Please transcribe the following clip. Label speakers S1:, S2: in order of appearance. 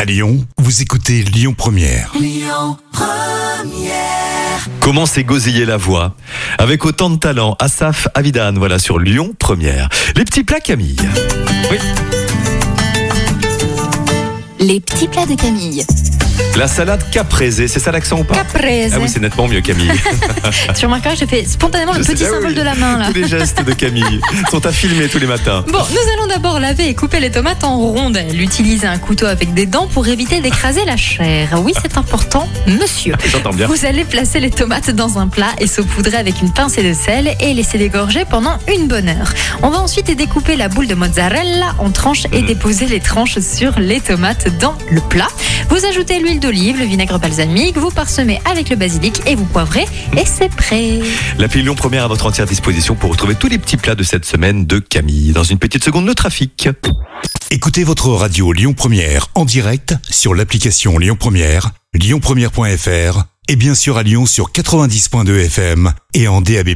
S1: À Lyon, vous écoutez Lyon Première.
S2: Comment s'est gosillé la voix Avec autant de talent, Asaf Avidan, voilà sur Lyon Première. Les petits plats Camille.
S3: Les petits plats de Camille.
S2: La salade caprese, c'est ça l'accent ou pas
S3: Caprese.
S2: Ah oui, c'est nettement mieux Camille.
S3: Tu remarqueras, j'ai fait spontanément le
S2: Je sais
S3: petit
S2: bien,
S3: symbole
S2: oui.
S3: de la main là.
S2: Tous les gestes de Camille sont à filmer tous les matins.
S3: Bon, nous allons d'abord laver et couper les tomates en rondes. Elle utilise un couteau avec des dents pour éviter d'écraser la chair. Oui, c'est important, monsieur.
S2: J'entends bien.
S3: Vous allez placer les tomates dans un plat et saupoudrer avec une pincée de sel et laisser dégorger pendant une bonne heure. On va ensuite découper la boule de mozzarella en tranches et
S2: Mhm.
S3: déposer les tranches sur les tomates dans le plat. Vous ajoutez l'huile d'olive, le vinaigre balsamique, vous parsemez avec le basilic et vous poivrez et c'est prêt.
S2: L'appli Lyon Première à votre entière disposition pour retrouver tous les petits plats de cette semaine de Camille. Dans une petite seconde, le trafic.
S1: Écoutez votre radio Lyon Première en direct sur l'application Lyon Première, lyonpremière.fr et bien sûr à Lyon sur 90.2 FM et en DAB+.